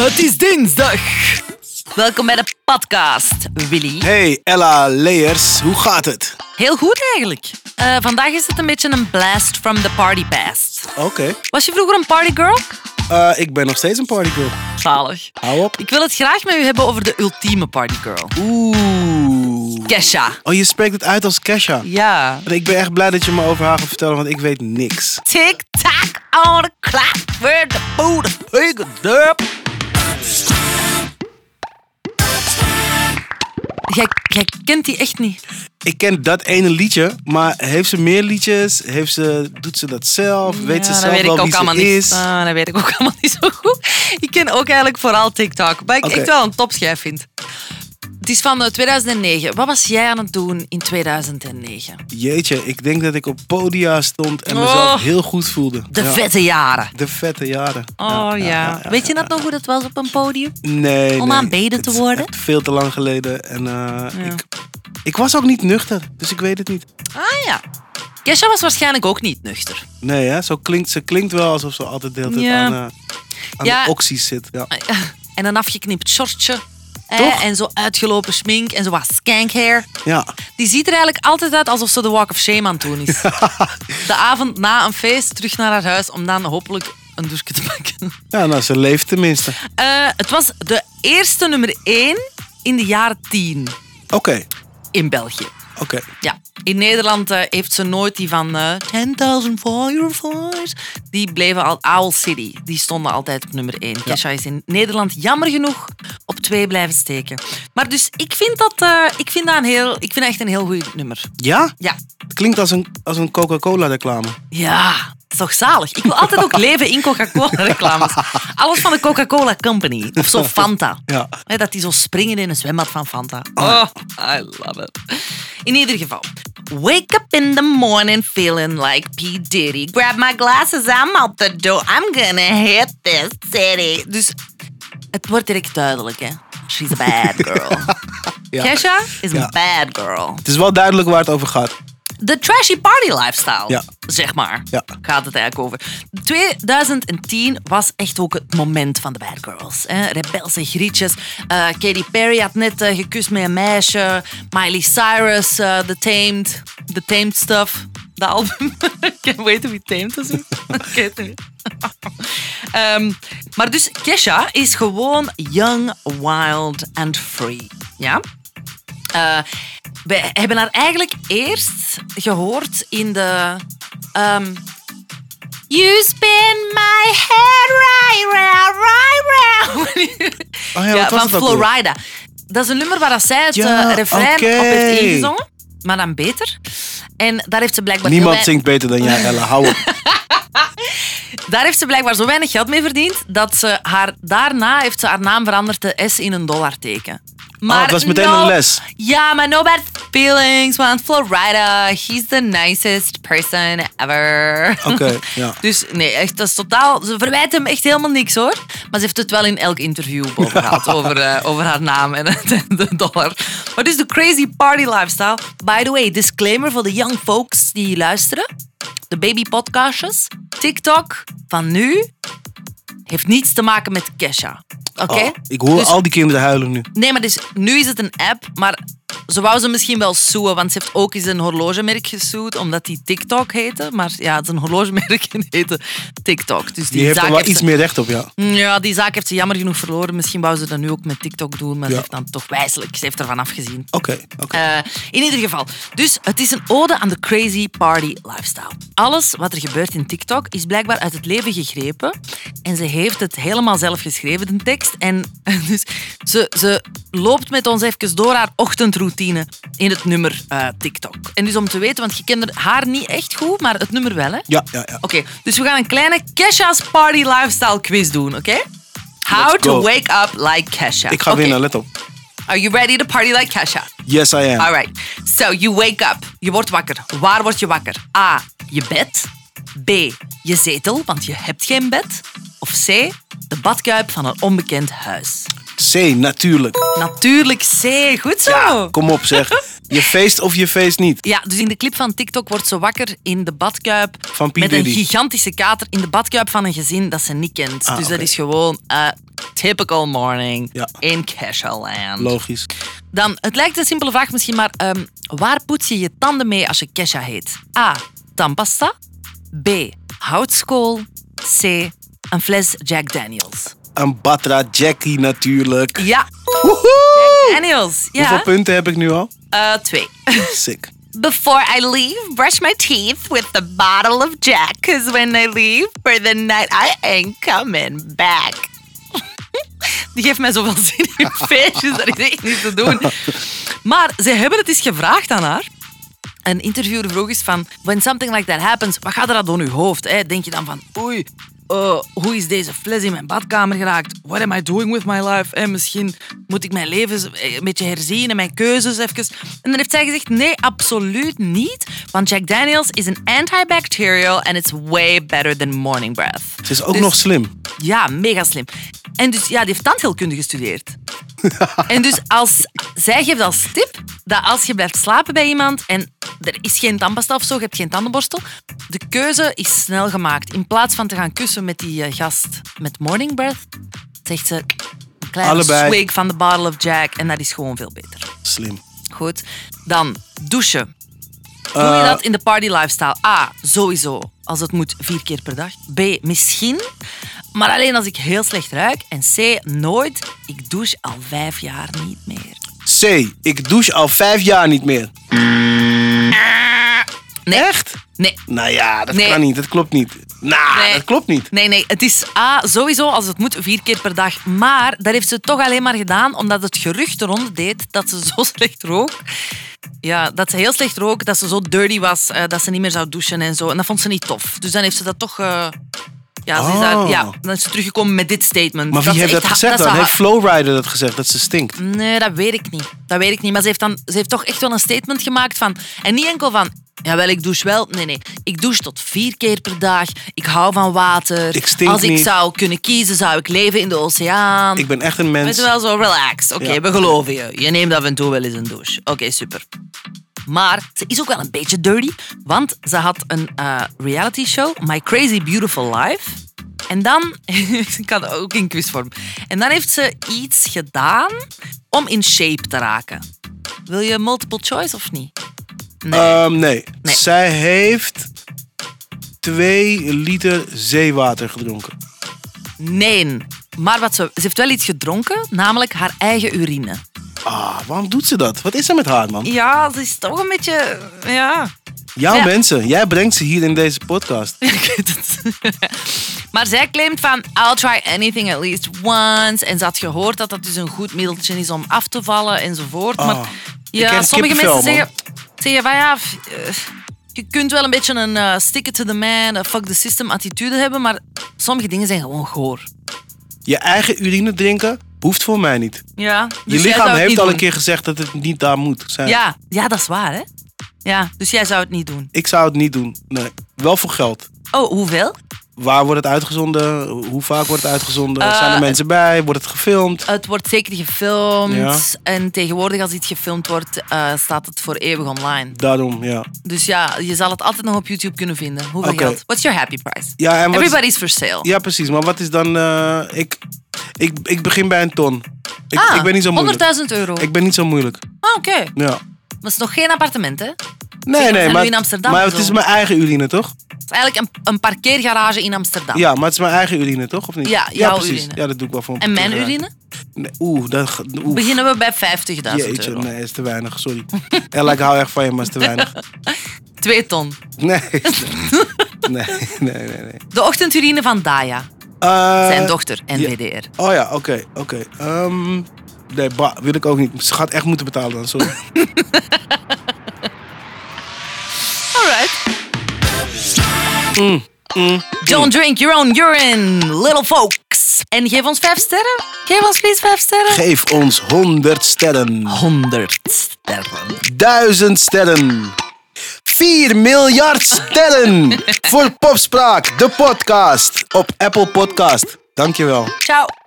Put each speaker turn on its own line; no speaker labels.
Het is dinsdag.
Welkom bij de podcast, Willy.
Hey Ella Leers, hoe gaat het?
Heel goed eigenlijk. Eh, vandaag is het een beetje een blast from the party past.
Oké.
Was je vroeger een partygirl?
Eh, ik ben nog steeds een partygirl.
Zalig.
Hou op.
Ik wil het graag met u hebben over de ultieme partygirl.
Oeh.
Kesha.
Oh, je spreekt het uit als Kesha.
Ja.
Ik ben echt blij dat je me over haar gaat vertellen, want ik weet niks.
Tick tack on the clock, where the food is big up. Jij, jij kent die echt niet.
Ik ken dat ene liedje, maar heeft ze meer liedjes? Heeft ze, doet ze dat zelf? weet ze
Ja,
zelf
dat weet
wel
ik ook
wie
allemaal
ze
niet.
is?
Ah, dat weet ik ook allemaal niet zo goed. Ik ken ook eigenlijk vooral TikTok, wat ik
Oké.
echt wel een topschijf vind. Het is van eh, 2009. Wat was jij aan het doen in 2009?
Jeetje, ik denk dat ik op podia stond en mezelf
Oh.
heel goed voelde.
De
Ja.
vette jaren.
De vette jaren.
Oh ja. Weet je dat nog hoe dat was op een podium?
Nee.
Om
nee.
aanbeden te
Het is
worden?
echt veel te lang geleden. En eh, ik, ik was ook niet nuchter, dus ik weet het niet.
Ah ja. Kesha was waarschijnlijk ook niet nuchter.
Nee, hè? Zo klinkt, ze klinkt wel alsof ze altijd de hele tijd
Ja.
aan, eh, aan
Ja.
de oxy zit. Ja.
En een afgeknipt shortje. hè,
Toch?
En zo uitgelopen smink en zo wat skankhair.
ja.
Die ziet er eigenlijk altijd uit alsof ze de walk of shame aan het doen is. De avond na een feest terug naar haar huis om dan hopelijk een douche te pakken.
Ja, nou, ze leeft tenminste.
Eh, het was de eerste nummer 1 in de jaren 10
Oké,
in België.
oké.
Ja, in Nederland eh, heeft ze nooit die van eh 10.000 for your voice. Die bleven al Owl City. Die stonden altijd op nummer 1. Kesha is in Nederland jammer genoeg op 2 blijven steken. Maar dus ik vind dat, eh, ik vind dat een heel, ik vind dat echt een heel goed nummer.
Ja?
Ja,
Het klinkt als een, als een Coca-Cola reclame.
Ja, toch zalig. Ik wil altijd ook leven in Coca-Cola-reclames. Alles van de Coca-Cola Company. Of zo Fanta.
Ja.
Hè, Dat die zo springen in een zwembad van Fanta. Oh, I love it. In ieder geval. Wake up in the morning feeling like P. Diddy. Grab my glasses, I'm out the door. I'm gonna hit this city. Dus het wordt direct duidelijk, hè. She's a bad girl.
Ja.
Kesha is
Ja.
a bad girl
Het is wel duidelijk waar het over gaat.
de trashy party lifestyle,
Ja.
zeg maar.
Ja.
Gaat het eigenlijk over. 2010 was echt ook het moment van de bad girls. Hè? Rebelse grietjes. Eh, Katy Perry had net eh, gekust met een meisje. Miley Cyrus, eh, The Tamed. The Tamed Stuff. Dat album. Ik can't wait to be tamed of zoiets. Ik weet het niet. Ehm, maar dus Kesha is gewoon young, wild and free. Ja? Eh, we hebben haar eigenlijk eerst gehoord in de. ehm, you spin my head right round, right round.
Oh ja,
ja,
wat was
van
het ook weer?
Florida. Dat is een nummer waar dat zij het
Ja,
eh, refrein op
oké.
heeft ingezongen. Maar dan beter. En daar heeft ze blijkbaar heel weinig-
Niemand zingt beter dan jij, Ella. Hou op.
daar heeft ze blijkbaar zo weinig geld mee verdiend dat ze haar, daarna heeft ze haar naam veranderd de S in een dollarteken. Maar
Ah, het was meteen een les.
Ja, maar no bad feelings, want Florida, he's the nicest person ever.
Oké, ja.
Dus nee, echt, dat is totaal... Ze verwijt hem echt helemaal niks, hoor. Maar ze heeft het wel in elk interview boven gehad, over, eh, over haar naam en de dollar. Maar dus de crazy party lifestyle. By the way, disclaimer voor de young folks die luisteren. De babypodcastjes, TikTok van nu, heeft niets te maken met Kesha. Oké?
Oh, ik hoor
Dus-
al die kinderen huilen nu.
Nee, maar dus, nu is het een app, maar ze wou ze misschien wel soeën, want ze heeft ook eens een horlogemerk gesoet, omdat die TikTok heette. Maar ja, het is een horlogemerk en heette TikTok. Dus die,
Die heeft
zaak
er wel
heeft
iets
ze,
meer recht op, ja.
Ja, die zaak heeft ze jammer genoeg verloren. Misschien wou ze dat nu ook met TikTok doen, maar ze
Ja.
heeft dan toch wijselijk. Ze heeft ervan afgezien.
Oké, oké.
Eh, in ieder geval. Dus het is een ode aan de crazy party lifestyle. Alles wat er gebeurt in TikTok is blijkbaar uit het leven gegrepen. En ze heeft het helemaal zelf geschreven, de tekst. En dus ze, ze loopt met ons even door haar ochtendroutine in het nummer eh, TikTok. En dus om te weten, want je kent haar niet echt goed, maar het nummer wel, hè?
Ja, ja, ja.
Oké, dus we gaan een kleine Kesha's Party Lifestyle quiz doen, oké? How
Let's
to
go.
wake up like Kesha.
Ik ga
Oké,
winnen, let op.
Are you ready to party like Kesha?
Yes, I am.
All right. So, you wake up. Je wordt wakker. Waar word je wakker? A. Je bed. B. Je zetel, want je hebt geen bed. Of C. De badkuip van een onbekend huis.
C, natuurlijk.
Natuurlijk C. Goed zo.
Kom op, zeg. Je feest of je feest niet.
Ja, dus in de clip van TikTok wordt ze wakker in de badkuip.
Van P.
Met een
Diddy.
gigantische kater in de badkuip van een gezin dat ze niet kent.
Ah,
dus
oké.
dat is gewoon a typical morning
Ja.
in casual land.
Logisch.
Dan, het lijkt een simpele vraag misschien, maar ehm, waar poets je je tanden mee als je Kesha heet? A. Tandpasta. B. Houtskool. C. Een fles Jack Daniels.
Een Batra Jackie natuurlijk.
Ja,
Woehoe!
Daniels.
Hoeveel
Ja,
punten heb ik nu al?
Eh, twee.
Sick.
Before I leave, brush my teeth with a bottle of Jack. Cause when I leave for the night, I ain't coming back. Die geeft mij zoveel zin in feestjes, dat is echt niet te doen. Maar ze hebben het eens gevraagd aan haar. Een interviewer vroeg eens van, when something like that happens, wat gaat er dan door je hoofd? Hè? Denk je dan van, oei, eh, hoe is deze fles in mijn badkamer geraakt? What am I doing with my life? En misschien moet ik mijn leven eens, eh, een beetje herzien en mijn keuzes even. En dan heeft zij gezegd, nee, absoluut niet. Want Jack Daniels is een antibacterial and it's way better than morning breath.
Ze is ook
Dus-
nog slim.
ja, mega slim. En dus, ja, die heeft tandheelkunde gestudeerd. en dus als, zij geeft als tip dat als je blijft slapen bij iemand en er is geen tandpasta of zo, je hebt geen tandenborstel, de keuze is snel gemaakt. In plaats van te gaan kussen met die eh, gast met morning breath, zegt ze een kleine
Allebei.
swig van de bottle of Jack en dat is gewoon veel beter.
Slim.
Goed, dan douchen. Doe je dat in de party lifestyle? A. Sowieso, als het moet vier keer per dag. B. Misschien, maar alleen als ik heel slecht ruik. En C. Nooit. Ik douche al vijf jaar niet meer.
C. Ik douche al vijf jaar niet meer.
Nee. Echt? Nee.
Nou ja, dat
Nee.
kan niet. Dat klopt niet. Nou,
Nee.
dat klopt niet.
Nee, nee, het is A, sowieso als het moet, vier keer per dag. Maar dat heeft ze toch alleen maar gedaan omdat het gerucht eronder deed dat ze zo slecht rook. Ja, dat ze heel slecht rook, dat ze zo dirty was, eh, dat ze niet meer zou douchen en zo. En dat vond ze niet tof. Dus dan heeft ze dat toch... eh, ja, ze is
Oh.
daar- ja, dan is ze teruggekomen met dit statement.
Maar wie
ze
heeft
echt
dat
ha-
gezegd
ze
dan?
ha- Mm.
Heeft Flowrider dat gezegd, dat ze stinkt?
Nee, dat weet ik niet. Dat weet ik niet. Maar ze heeft, dan, ze heeft toch echt wel een statement gemaakt van... En niet enkel van... Jawel, ik douche wel. Nee, nee. Ik douche tot vier keer per dag. Ik hou van water.
Ik stink
Als ik
niet.
zou kunnen kiezen, zou ik leven in de oceaan.
Ik ben echt een
Weet je wel,
mens.
zo relaxed. Oké,
Ja.
we geloven je. Je neemt af en toe wel eens een douche. Oké, super. Maar ze is ook wel een beetje dirty. Want ze had een eh, reality show, My Crazy Beautiful Life. En dan, ik had ook in quizvorm. En dan heeft ze iets gedaan om in shape te raken. Wil je multiple choice of niet?
Ehm, nee.
Nee.
Zij heeft twee liter zeewater gedronken.
Nee. Maar wat ze, ze heeft wel iets gedronken, namelijk haar eigen urine.
Ah, waarom doet ze dat? Wat is er met haar, man?
Ja, ze is toch een beetje. Ja.
Jouw
Ja.
mensen, jij brengt ze hier in deze podcast.
Ik weet het. Maar zij claimt van, I'll try anything at least once. En ze had gehoord dat dat dus een goed middeltje is om af te vallen enzovoort.
Ah,
maar
ik
ja,
krijg
sommige
kippenvel,
mensen zeggen, zeggen van ja, f- eh, je kunt wel een beetje een eh, stick it to the man, eh, fuck the system attitude hebben. Maar sommige dingen zijn gewoon goor.
Je eigen urine drinken hoeft voor mij niet.
Ja,
Je
dus jij zou
lichaam
het
heeft
niet
al
doen.
een keer gezegd dat het niet daar moet zijn.
Ja, ja, dat is waar hè. Ja, dus jij zou het niet doen.
Ik zou het niet doen. Nee. Wel voor geld.
Oh, hoeveel?
Waar wordt het uitgezonden? Hoe vaak wordt het uitgezonden?
Eh,
zijn er mensen bij? Wordt het gefilmd?
Het wordt zeker gefilmd.
Ja.
En tegenwoordig als iets gefilmd wordt, eh, staat het voor eeuwig online.
Daarom, ja.
Dus ja, je zal het altijd nog op YouTube kunnen vinden. Hoeveel
Oké.
geld? What's your happy price?
ja en wat is-
Everybody's for sale.
Ja, precies. Maar wat is dan... eh, ik, ik, ik begin bij een ton. Ik,
Ah,
ik ben niet zo moeilijk.
100.000 euro.
Ik ben niet zo moeilijk.
Ah, oké.
Ja.
Dat is nog geen appartement, hè?
Nee,
we
nee,
zijn
maar,
nu in Amsterdam
maar
en
het is
zo.
mijn eigen urine, toch?
Het is eigenlijk een, een parkeergarage in Amsterdam.
Ja, maar het is mijn eigen urine, toch? Of niet?
Ja, jouw
precies.
urine.
Ja, dat doe ik wel voor een
En mijn
parkeergarage.
urine?
Nee, Oeh, dat... ge- Oeh.
Beginnen we bij 50.000
Jeetje,
euro.
nee, is te weinig, sorry. Ella, ik hou echt van je, maar is te weinig.
Twee ton.
Nee, nee, nee, nee. nee.
De ochtendurine van Daya,
Eh,
zijn dochter,
ja.
NVDR.
Oh ja, oké, oké. Ehm, nee, bah, wil ik ook niet. Ze gaat echt moeten betalen dan, sorry.
Alright.
Mm,
Don't drink your own urine, little folks. En geef ons vijf sterren. Geef ons please vijf sterren.
Geef ons 100 sterren.
100 sterren.
1000 sterren. 4 miljard sterren voor Popspraak, de podcast op Apple Podcast. Dankjewel.
Ciao.